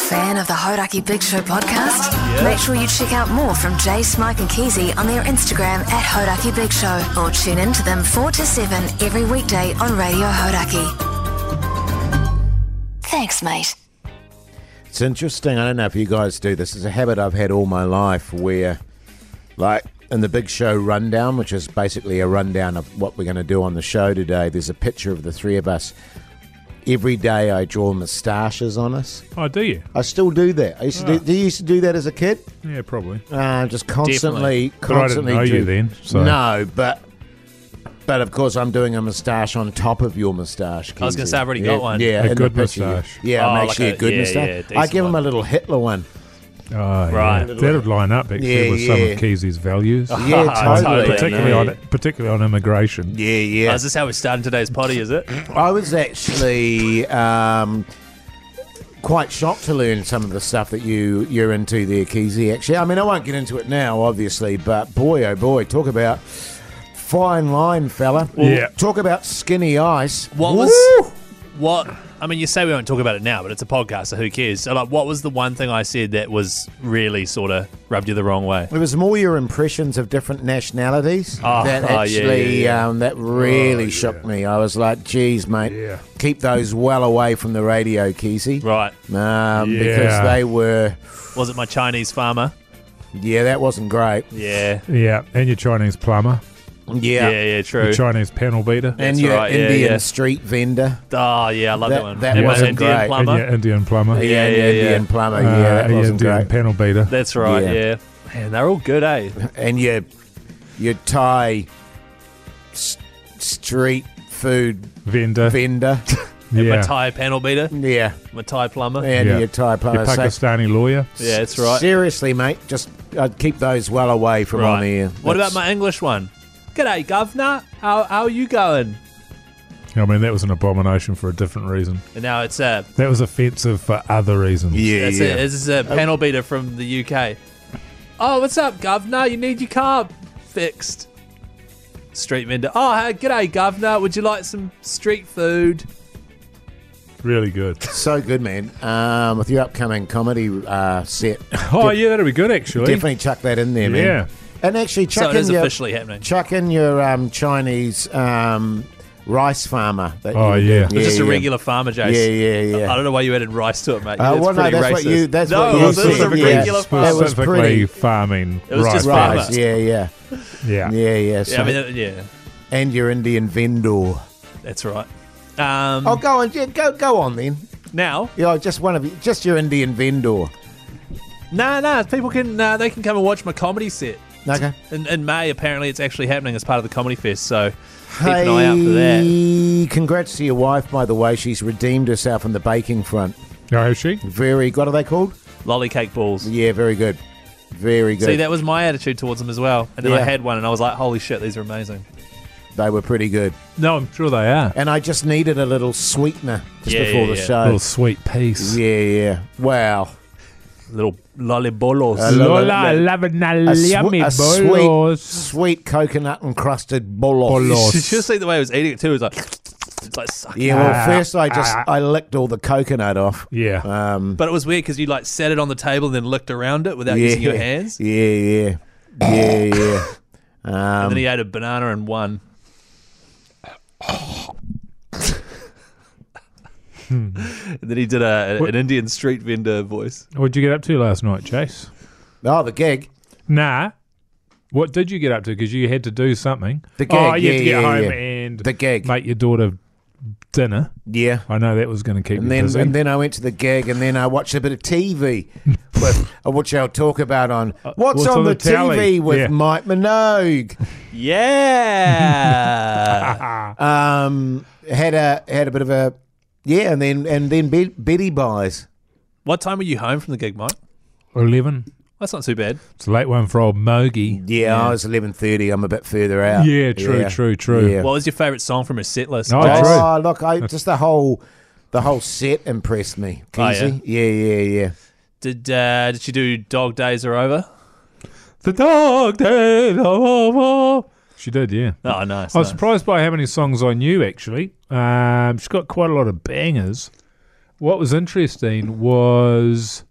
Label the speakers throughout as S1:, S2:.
S1: fan of the Hodaki Big Show podcast? Make sure you check out more from Jay, Smike, and Keezy on their Instagram at Hodaki Big Show or tune in to them 4 to 7 every weekday on Radio Hodaki. Thanks, mate.
S2: It's interesting. I don't know if you guys do this. It's a habit I've had all my life where, like, in the big show rundown, which is basically a rundown of what we're going to do on the show today, there's a picture of the three of us. Every day I draw moustaches on us.
S3: Oh, do you?
S2: I still do that. I used to do, do you used to do that as a kid?
S3: Yeah, probably.
S2: Uh, just constantly,
S3: But I didn't
S2: constantly.
S3: know you
S2: do-
S3: then, so-
S2: No, but but of course I'm doing a moustache on top of your moustache.
S4: I was gonna
S2: Kenzie.
S4: say, I've already
S2: yeah,
S4: got one.
S2: Yeah,
S3: A
S2: in the
S3: good
S2: picture, yeah.
S3: moustache.
S2: Yeah, I'm
S4: Oh, like
S2: actually
S4: a-
S2: a good
S4: yeah,
S2: moustache.
S4: yeah,
S2: I give him
S4: decent
S2: a little Hitler one.
S3: Oh, yeah.
S4: Right.
S3: That'd line up actually
S2: Yeah,
S3: with some
S2: yeah.
S3: of Keezy's values,
S2: Yeah,
S4: Totally,
S2: totally.
S3: particularly
S2: yeah.
S3: on particularly on immigration.
S2: Yeah, yeah.
S4: Oh, is this how we're starting today's potty, is it?
S2: I was actually um, quite shocked to learn some of the stuff that you you're into there, Keezy. Actually, I mean, I won't get into it now, obviously, but boy, oh boy, talk about fine line, fella.
S3: Yeah.
S2: Talk about skinny ice.
S4: What
S2: Woo!
S4: was what? I mean, you say we won't talk about it now, but it's a podcast, so who cares? So, like, what was the one thing I said that was really sort of rubbed you the wrong way?
S2: It was more your impressions of different nationalities
S4: Oh,
S2: that
S4: oh, yeah,
S2: actually
S4: yeah, yeah.
S2: Um, that really
S3: Oh,
S2: shook
S3: yeah.
S2: me. I was like, "Geez, mate,
S3: Yeah.
S2: keep those well away from the radio, Keezy."
S4: Right?
S2: Um, Because
S3: Yeah.
S2: they were,
S4: Was it my Chinese farmer?
S2: yeah, that wasn't great.
S4: Yeah,
S3: Yeah, and your Chinese plumber,
S4: yeah, yeah, true.
S3: your Chinese panel beater,
S2: and
S4: That's
S2: your
S4: right, yeah,
S2: Indian
S4: yeah.
S2: street vendor.
S4: oh yeah, I love that,
S2: That-
S4: one.
S2: that
S4: And my
S3: wasn't
S4: Indian
S2: great.
S3: and
S4: plumber.
S3: your Indian plumber,
S4: Yeah,
S2: and
S4: yeah,
S2: your
S4: yeah.
S2: Indian plumber.
S3: uh,
S2: yeah, that
S3: your
S2: wasn't
S3: Indian
S2: great.
S3: panel beater.
S4: That's right.
S2: Yeah.
S4: Yeah. man, they're all good, eh?
S2: and your your Thai s- street food
S3: vendor,
S2: vendor.
S4: My
S3: yeah,
S4: Thai panel beater,
S2: yeah,
S4: my Thai plumber. Yeah,
S2: and
S3: Yeah.
S2: your Thai plumber.
S3: your Pakistani lawyer.
S4: that's right.
S2: Seriously, mate, just I'd keep those well away from
S4: right.
S2: on air.
S4: what about
S2: That's-
S4: my English one? G'day, governor. How how are you going?
S3: I mean, that was an abomination for a different reason.
S4: And now it's uh, a
S3: That was offensive for other reasons.
S2: Yeah,
S4: That's
S2: yeah.
S4: it. This is a panel beater from the UK. Oh, what's up, Governor? You need your car fixed. Street vendor. Oh, hey, g'day, Governor. Would you like some street food?
S3: really good.
S2: So good, man. Um, with your upcoming comedy uh, set,
S3: Oh, yeah, that'll be good actually.
S2: definitely chuck that in there, man.
S3: Yeah.
S2: And actually,
S4: So
S2: chuck
S4: it
S2: in
S4: is
S2: your,
S4: officially happening.
S2: chuck in your um, Chinese um, rice farmer. That
S3: Oh,
S2: you
S3: yeah.
S2: did.
S4: It's just a regular farmer, Jace.
S2: Yeah, yeah, yeah.
S4: I don't know why you added rice to it, mate.
S2: Uh,
S4: that's
S2: well, no,
S4: pretty
S2: that's
S4: racist.
S2: what you- that's
S4: no,
S2: what you
S4: this is a
S2: said, yeah.
S4: regular farmer.
S2: That was
S3: Specifically
S2: pretty-
S3: farming.
S4: It was
S3: rice
S4: just
S3: farming.
S2: Rice, yeah, yeah,
S3: Yeah.
S2: yeah, yeah. So,
S4: Yeah, I mean, that- yeah,
S2: and your Indian vendor.
S4: that's right. Um,
S2: Oh, go on, yeah, go, go on then.
S4: Now,
S2: Yeah, just one of you, just your Indian vendor.
S4: nah, nah, people can uh, they can come and watch my comedy set.
S2: Okay.
S4: In, in May, apparently, it's actually happening as part of the Comedy Fest, so keep
S2: hey,
S4: an eye out for that.
S2: Congrats to your wife, by the way. She's redeemed herself on the baking front.
S3: Oh, is she?
S2: Very. What are they called?
S4: Lolly cake balls.
S2: Yeah, very good. Very good.
S4: See, that was my attitude towards them as well. And then I
S2: Yeah.
S4: had one and I was like, holy shit, these are amazing.
S2: they were pretty good.
S3: No, I'm sure they are.
S2: And I just needed a little sweetener just
S4: Yeah,
S2: before
S4: yeah,
S2: the
S4: yeah.
S2: show.
S3: Little sweet piece.
S2: Uh, Yeah, yeah. Wow.
S4: Little lollibolos.
S2: Uh, lo- Lola,
S3: lavana,
S2: swe- a sweet, sweet coconut encrusted bolos.
S3: Bolos.
S4: you should have seen the way I was eating it too. It was like, it's like suck.
S2: Yeah, well,
S3: Ah,
S2: first I just
S3: ah.
S2: I licked all the coconut off.
S3: Yeah.
S2: Um,
S4: But it was weird because you like sat it on the table and then looked around it without
S2: yeah,
S4: using your hands.
S2: Yeah, yeah, yeah, yeah. Um,
S4: And then he ate a banana and one. and then he did a, an Indian street vendor voice.
S3: What'd you get up to last night, Chase?
S2: oh, the gig.
S3: Nah. What did you get up to? Because you had to do something.
S2: The
S3: Oh,
S2: gig,
S3: you
S2: yeah,
S3: had to get
S2: yeah,
S3: home
S2: yeah.
S3: and
S2: The gig.
S3: make your daughter dinner.
S2: Yeah.
S3: I know that was going to keep
S2: And
S3: you
S2: then
S3: busy.
S2: and then I went to the gig and then I watched a bit of TV, with, uh, which I'll talk about on What's, on, the,
S3: telly?
S2: TV with
S3: Yeah.
S2: Mike Minogue.
S4: Yeah.
S3: Ah,
S2: Um, had a had a bit of a yeah, and then and then Be- Betty buys.
S4: what time were you home from the gig, Mike?
S3: Eleven.
S4: That's not too bad.
S3: It's a late one for old Mogi.
S2: Yeah, I was eleven thirty. I'm a bit further out.
S3: Yeah, true, true, true.
S2: Yeah.
S4: What was your favourite song from his set list?
S3: Oh,
S4: Jace?
S3: true.
S2: Oh, look, I, just the whole the whole set impressed me.
S4: Oh,
S2: Keezy. yeah? yeah, yeah,
S4: Did uh, did she do Dog Days Are Over?
S3: The dog did. Oh, oh, oh. She did, yeah.
S4: Oh, nice.
S3: I was
S4: nice.
S3: surprised by how many songs I knew, actually. Um, she's got quite a lot of bangers. What was interesting was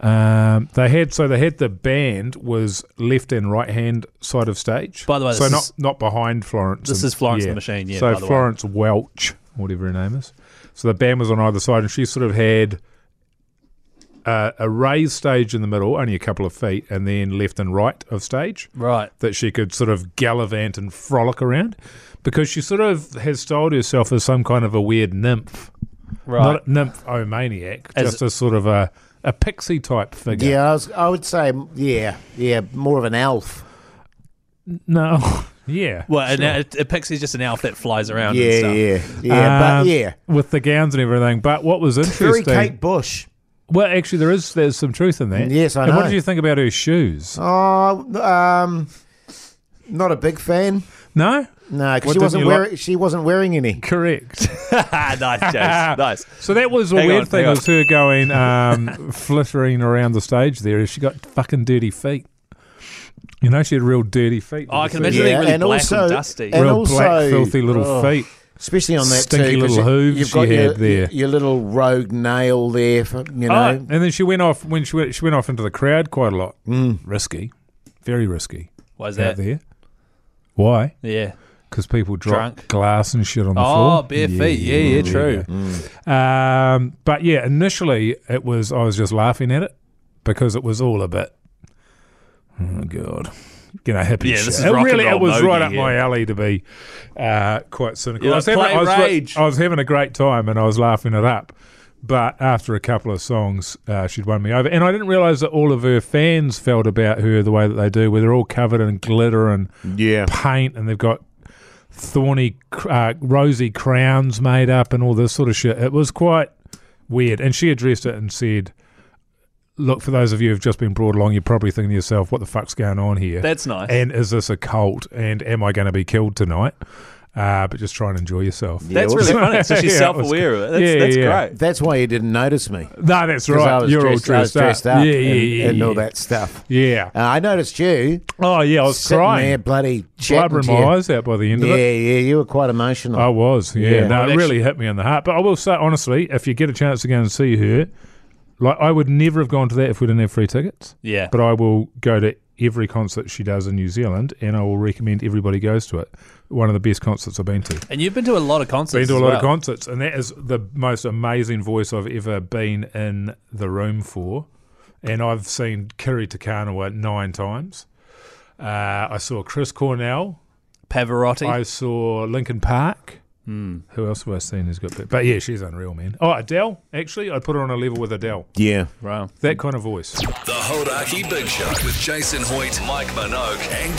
S3: Um, they had so they had the band was left and right hand side of stage.
S4: By the way,
S3: so
S4: this
S3: not
S4: is-
S3: not behind Florence.
S4: This
S3: and-
S4: is Florence and the Machine, yeah,
S3: so
S4: by the way.
S3: Florence Welch, whatever her name is. So the band was on either side, and she sort of had uh, a raised stage in the middle, only a couple of feet, and then left and right of stage
S4: Right.
S3: that she could sort of gallivant and frolic around, because she sort of has styled herself as some kind of a weird nymph
S4: Right.
S3: not nymphomaniac,
S4: As-
S3: just a sort of a, a pixie type figure.
S2: Yeah, I, was, I would say, yeah, yeah, more of an elf.
S3: No. yeah.
S4: well, and a, a pixie's just an elf that flies around. and
S2: Yeah,
S4: stuff.
S2: yeah, yeah,
S3: Um,
S2: but yeah,
S3: With the gowns and everything. But what was
S2: very
S3: interesting.
S2: Kate Bush.
S3: Well, actually, there is there's some truth in that.
S2: Yes, I
S3: And what
S2: know.
S3: did you think about her shoes?
S2: Oh, um, not a big fan.
S3: No?
S2: No,
S3: What
S2: because she
S3: didn't
S2: wasn't
S3: you like?
S2: wearing. She wasn't wearing any.
S3: Correct.
S4: nice, James. nice.
S3: So that was a
S4: Hang
S3: weird
S4: on,
S3: thing
S4: hang on.
S3: was her going um, flittering around the stage there. She got fucking dirty feet. You know, she had real dirty feet.
S4: Oh, I can imagine
S2: Yeah,
S4: they're really
S2: and
S4: black
S2: also-
S4: and dusty.
S2: and-
S3: Real black,
S2: also-
S3: filthy little
S2: Oh.
S3: feet.
S2: Especially on that
S3: Stinky
S2: too, 'cause
S3: little
S2: you-
S3: hooves
S2: you've
S3: she
S2: got your,
S3: had there.
S2: Your little rogue nail there, for, you know.
S3: Oh, and then she went off when she went, she went off into the crowd quite a lot. Mm. Risky, very risky
S4: Why is
S3: out
S4: that?
S3: there. Why?
S4: Yeah.
S3: Because people drop
S4: Drunk.
S3: glass and shit on the floor.
S4: Oh, bare feet. Yeah, yeah, true. Mm.
S3: Um, but yeah, initially it was I was just laughing at it because it was all a bit. Oh god, you know hippie
S4: Yeah,
S3: shit.
S4: this is
S3: it
S4: rock and
S3: really
S4: roll
S3: it was
S4: mogi,
S3: right up
S4: yeah.
S3: my alley to be uh, quite cynical.
S4: You're
S3: I, was
S4: like,
S3: having, I,
S4: "Play
S3: was, li-
S4: rage."
S3: I was having a great time and I was laughing it up. But after a couple of songs, uh, she'd won me over, and I didn't realise that all of her fans felt about her the way that they do, where they're all covered in glitter and
S4: Mm.
S2: yeah.
S3: paint and they've got thorny, cr- uh, rosy crowns made up and all this sort of shit. It was quite weird. And she addressed it and said, Look, for those of you who've just been brought along, you're probably thinking to yourself, What the fuck's going on here?
S4: That's nice.
S3: and is this a cult? And am I going to be killed tonight? Uh, but just try and enjoy yourself.
S2: Yeah.
S4: that's
S2: well-
S4: really funny. So she's
S3: Yeah, it was
S4: self-aware of it. That's,
S3: Yeah,
S4: that's
S3: yeah.
S4: great.
S2: That's why you didn't notice me.
S3: No, that's
S2: 'cause I
S3: right.
S2: was
S3: You're
S2: dressed,
S3: all
S2: I was
S3: dressed,
S2: dressed
S3: up.
S2: up,
S3: Yeah,
S2: and,
S3: yeah, yeah.
S2: and
S3: yeah.
S2: all that stuff.
S3: Yeah.
S2: Uh, I noticed you
S3: Oh, yeah. I was
S2: sitting there,
S3: crying.
S2: bloody chatting
S3: Blubbering
S2: to
S3: my
S2: you.
S3: eyes out by the end of
S2: Yeah,
S3: it.
S2: yeah, you were quite emotional.
S3: I was, yeah.
S2: Yeah.
S3: No,
S4: I've
S3: it really hit me in the heart. But I will say honestly, if you get a chance to go and see her, like I would never have gone to that if we didn't have free tickets.
S4: Yeah.
S3: But I will go to every concert she does in New Zealand, and I will recommend everybody goes to it. One of the best concerts I've been to.
S4: And you've been to a lot of
S3: Been
S4: concerts.
S3: to a
S4: as
S3: lot of
S4: well.
S3: concerts, and that is the most amazing voice I've ever been in the room for. And I've seen Kiri Takanawa nine times. Uh, I saw Chris Cornell.
S4: Pavarotti.
S3: I saw Lincoln Park.
S2: Hmm.
S3: Who else have I seen who's got that? But yeah, she's unreal, man. Oh, Adele, actually. I'd put her on a level with Adele.
S2: yeah.
S4: Wow.
S3: That kind of voice.
S5: The Hodaki Big Show with Jason Hoyt, Mike Minogue, and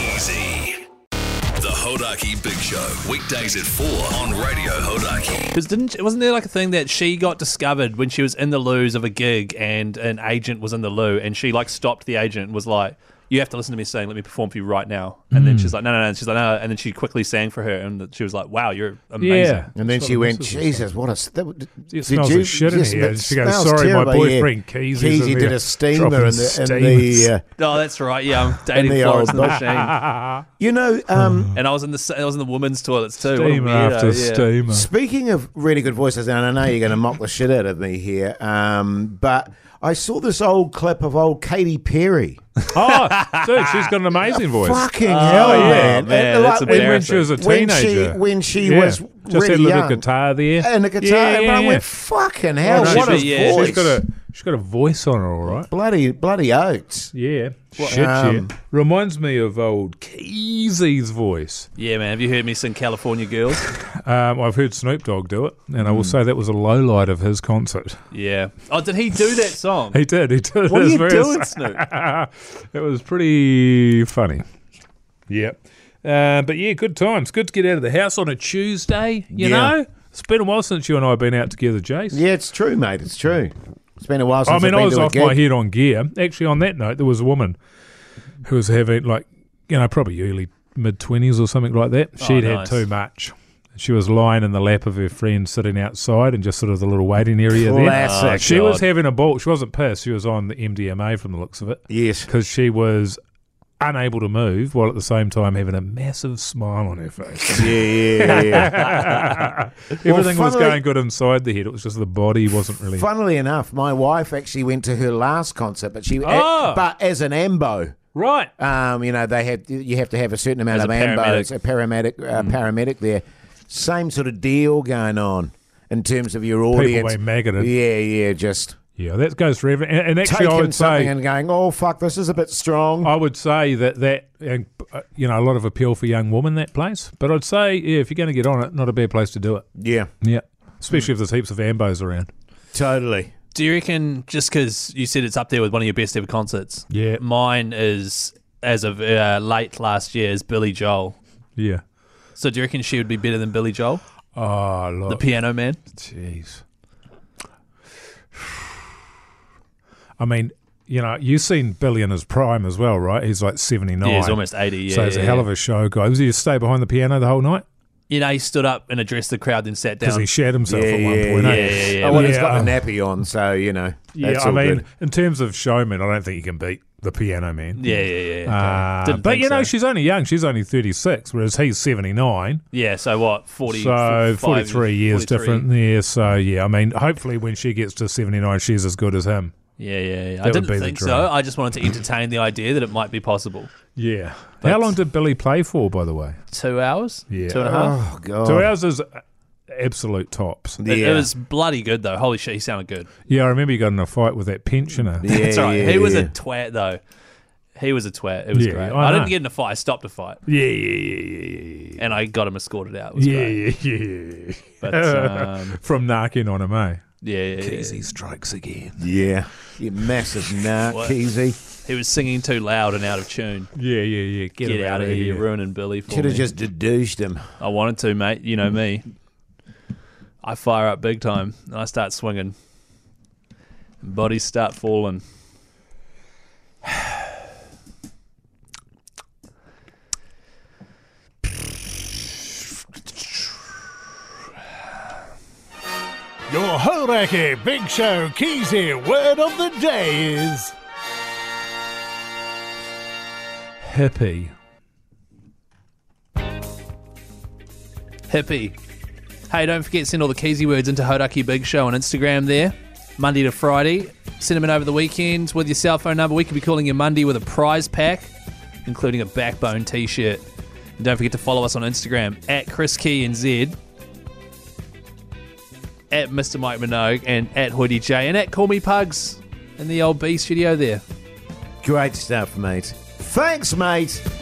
S5: Keezy. The Hodaki Big Show, weekdays at 4 on Radio Hodaki.
S4: Because didn't wasn't there like a thing that she got discovered when she was in the loos of a gig and an agent was in the loo and she like stopped the agent and was like, "You have to listen to me sing. Let me perform for you right now." And then
S3: Hmm.
S4: she's like, "No, no, no." And she's like, "No," and then she quickly sang for her and that- she was like, "Wow, you're amazing."
S3: Yeah.
S2: And then
S3: That's
S2: she
S3: what
S2: went,
S3: this is.
S2: Jesus, what a. s- That, did
S3: It smells
S2: you,
S3: of shit in
S2: yes,
S3: here.
S2: it
S3: And she goes,
S2: smells
S3: sorry, my
S2: terrible, yeah.
S3: boyfriend Keezy's in
S2: Keezy did
S3: there
S2: a steamer
S3: dropping
S2: in the. In the
S3: steamers."
S2: uh,
S4: Oh, that's right. Yeah, I'm dating
S2: the old
S4: Florence and the
S2: book.
S4: Machine,
S2: you know, um,
S4: and I was in the I was in the women's toilets too. What a
S3: Steamer
S4: weirdo,
S3: after
S4: yeah.
S3: steamer.
S2: Speaking of really good voices, and I know you're going to mock the shit out of me here, um, but I saw this old clip of old Katy Perry.
S3: oh, dude, she's got an amazing voice.
S2: Fucking hell,
S3: Oh, yeah,
S2: man!
S4: man,
S2: And,
S4: that's
S2: like,
S3: When, when
S2: when,
S3: she was a
S2: when she-
S3: teenager.
S2: when she
S3: Yeah.
S2: was
S3: Just
S2: really
S3: had a little
S2: young.
S3: guitar there.
S2: and the guitar,
S3: Yeah,
S2: and
S3: yeah,
S2: I
S3: yeah.
S2: went, "Fucking hell,
S4: Oh, no,
S2: what a
S4: she's- yeah,
S2: voice!"
S3: She's got a, she's got a voice on her, all right.
S2: bloody bloody oats.
S3: Yeah. Shit,
S2: Um,
S3: yeah. Reminds me of old Keezy's voice.
S4: Yeah, man. Have you heard me sing California Girls?
S3: Um, I've heard Snoop Dogg do it, and I will
S2: Hmm.
S3: say that was a low light of his concert.
S4: yeah. Oh, did he do that song?
S3: He did. He did.
S4: what are
S3: his
S4: you
S3: very-
S4: doing, Snoop?
S3: it was pretty funny. Yep. Uh, but yeah, good times. Good to get out of the house on a Tuesday.
S2: Yeah.
S3: You know, it's been a while since you and I have been out together, Jace.
S2: Yeah, it's true, mate. It's true. It's been a while
S3: I
S2: since
S3: mean,
S2: have
S3: I
S2: been
S3: was
S2: to a
S3: off
S2: gig.
S3: my head on gear. Actually, on that note, there was a woman who was having like, you know, probably early mid twenties or something like that. She'd
S4: nice.
S3: had too much. She was lying in the lap of her friend sitting outside in just sort of the little waiting area there.
S2: Classic.
S3: she was
S4: God.
S3: having a ball. She wasn't pissed. She was on the MDMA from the looks of it
S2: Yes,
S3: because she was unable to move while at the same time having a massive smile on her face.
S2: Yeah, yeah, yeah.
S3: Everything was
S2: funnily-
S3: going good inside the head. It was just the body wasn't really.
S2: Funnily enough, my wife actually went to her last concert, but she eh,
S3: Ah.
S4: Oh.
S2: but as an ambo.
S4: Right.
S2: Um, you know, they had you have to have a certain amount
S4: As
S2: of
S4: a
S2: ambos, a paramedic, uh,
S3: Mm.
S2: paramedic there. Same sort of deal going on in terms of your audience.
S3: were maggoted.
S2: Yeah, yeah, just
S3: Yeah, that goes for everything. And, and actually, I
S2: taking
S3: would
S2: something
S3: say
S2: and going, oh fuck, this is a bit strong.
S3: I would say that that and, uh, you know a lot of appeal for young women that place. But I'd say yeah, if you're going to get on it, not a bad place to do it.
S2: Yeah,
S3: Yeah, especially if there's heaps of ambos around.
S2: totally.
S4: Do you reckon just because you said it's up there with one of your best ever concerts?
S3: Yeah.
S4: Mine is as of uh, late last year is Billy Joel.
S3: Yeah.
S4: So do you reckon she would be better than Billy Joel,
S3: Oh, look.
S4: the Piano Man?
S3: Jeez. I mean, you know, you've seen Billy in his prime as well, right? He's like 79.
S4: Yeah, he's almost eighty. Yeah,
S3: so he's
S4: yeah,
S3: a hell
S4: yeah.
S3: of a show guy. Was he just stay behind the piano the whole night?
S4: You know, he stood up and addressed the crowd, then sat
S3: Because
S4: down.
S3: he shat himself
S2: Yeah,
S3: at one
S2: yeah,
S3: point.
S2: yeah,
S3: eh?
S4: Um, yeah, yeah.
S2: Oh, well, he's
S3: Yeah,
S2: got the
S3: um,
S2: nappy on, so you know.
S3: Yeah,
S2: that's
S3: I
S2: all
S3: mean,
S2: good.
S3: in terms of showman, I don't think you can beat the piano man.
S4: yeah, yeah, yeah.
S3: Uh,
S4: Didn't
S3: but
S4: think
S3: you know,
S4: so.
S3: she's only young. She's only 36, whereas he's 79.
S4: yeah. So what? Forty.
S3: so
S4: 45,
S3: 43 years
S4: 43.
S3: different there. So yeah, I mean, hopefully when she gets to 79, she's as good as him.
S4: Yeah, yeah. yeah. I
S3: would
S4: didn't
S3: be the
S4: think
S3: dream.
S4: so. I just wanted to entertain the idea that it might be possible.
S3: Yeah. How
S4: That's-
S3: long did Billy play for, by the way?
S4: Two hours.
S3: Yeah.
S4: Two and a half.
S2: oh god.
S3: So ours is absolute tops.
S4: It,
S2: yeah.
S4: it was bloody good though. Holy shit, he sounded good.
S3: Yeah, I remember you got in a fight with that pensioner.
S2: yeah,
S4: It's alright.
S2: yeah,
S4: he was
S2: yeah.
S4: a twat though. He was a twat. It was
S3: Yeah,
S4: great.
S3: I
S4: I,
S3: know.
S4: didn't get in a fight. I stopped a fight,
S3: Yeah, yeah, yeah,
S4: and I got him escorted out. It was
S3: yeah,
S4: great.
S3: yeah, yeah.
S4: But um,
S3: From narking on him, eh?
S4: yeah, yeah, yeah.
S3: strikes again.
S2: Yeah. You massive narc,
S4: What?
S2: Keezy.
S4: he was singing too loud and out of tune.
S3: Yeah, yeah, yeah. Get,
S4: Get,
S3: him
S4: out of here, you're ruining Billy for
S2: Should
S4: me.
S2: have just deduced him.
S4: I wanted to, mate. You know me. I fire up big time, and I start swinging. Bodies start falling.
S6: Your Horaki Big Show Keezy word of the day is
S3: Hippie.
S4: Hippie. Hey, don't forget to send all the Keezy words into Hodaki Big Show on Instagram there, Monday to Friday. Send them in over the weekend with your cell phone number. We could be calling you Monday with a prize pack, including a backbone t shirt. And don't forget to follow us on Instagram at Chris Key and Z, at Mr. Mike Minogue, and at Hoodie J, and at Call Me Pugs in the old B studio there.
S2: Great stuff, mate. Thanks, mate.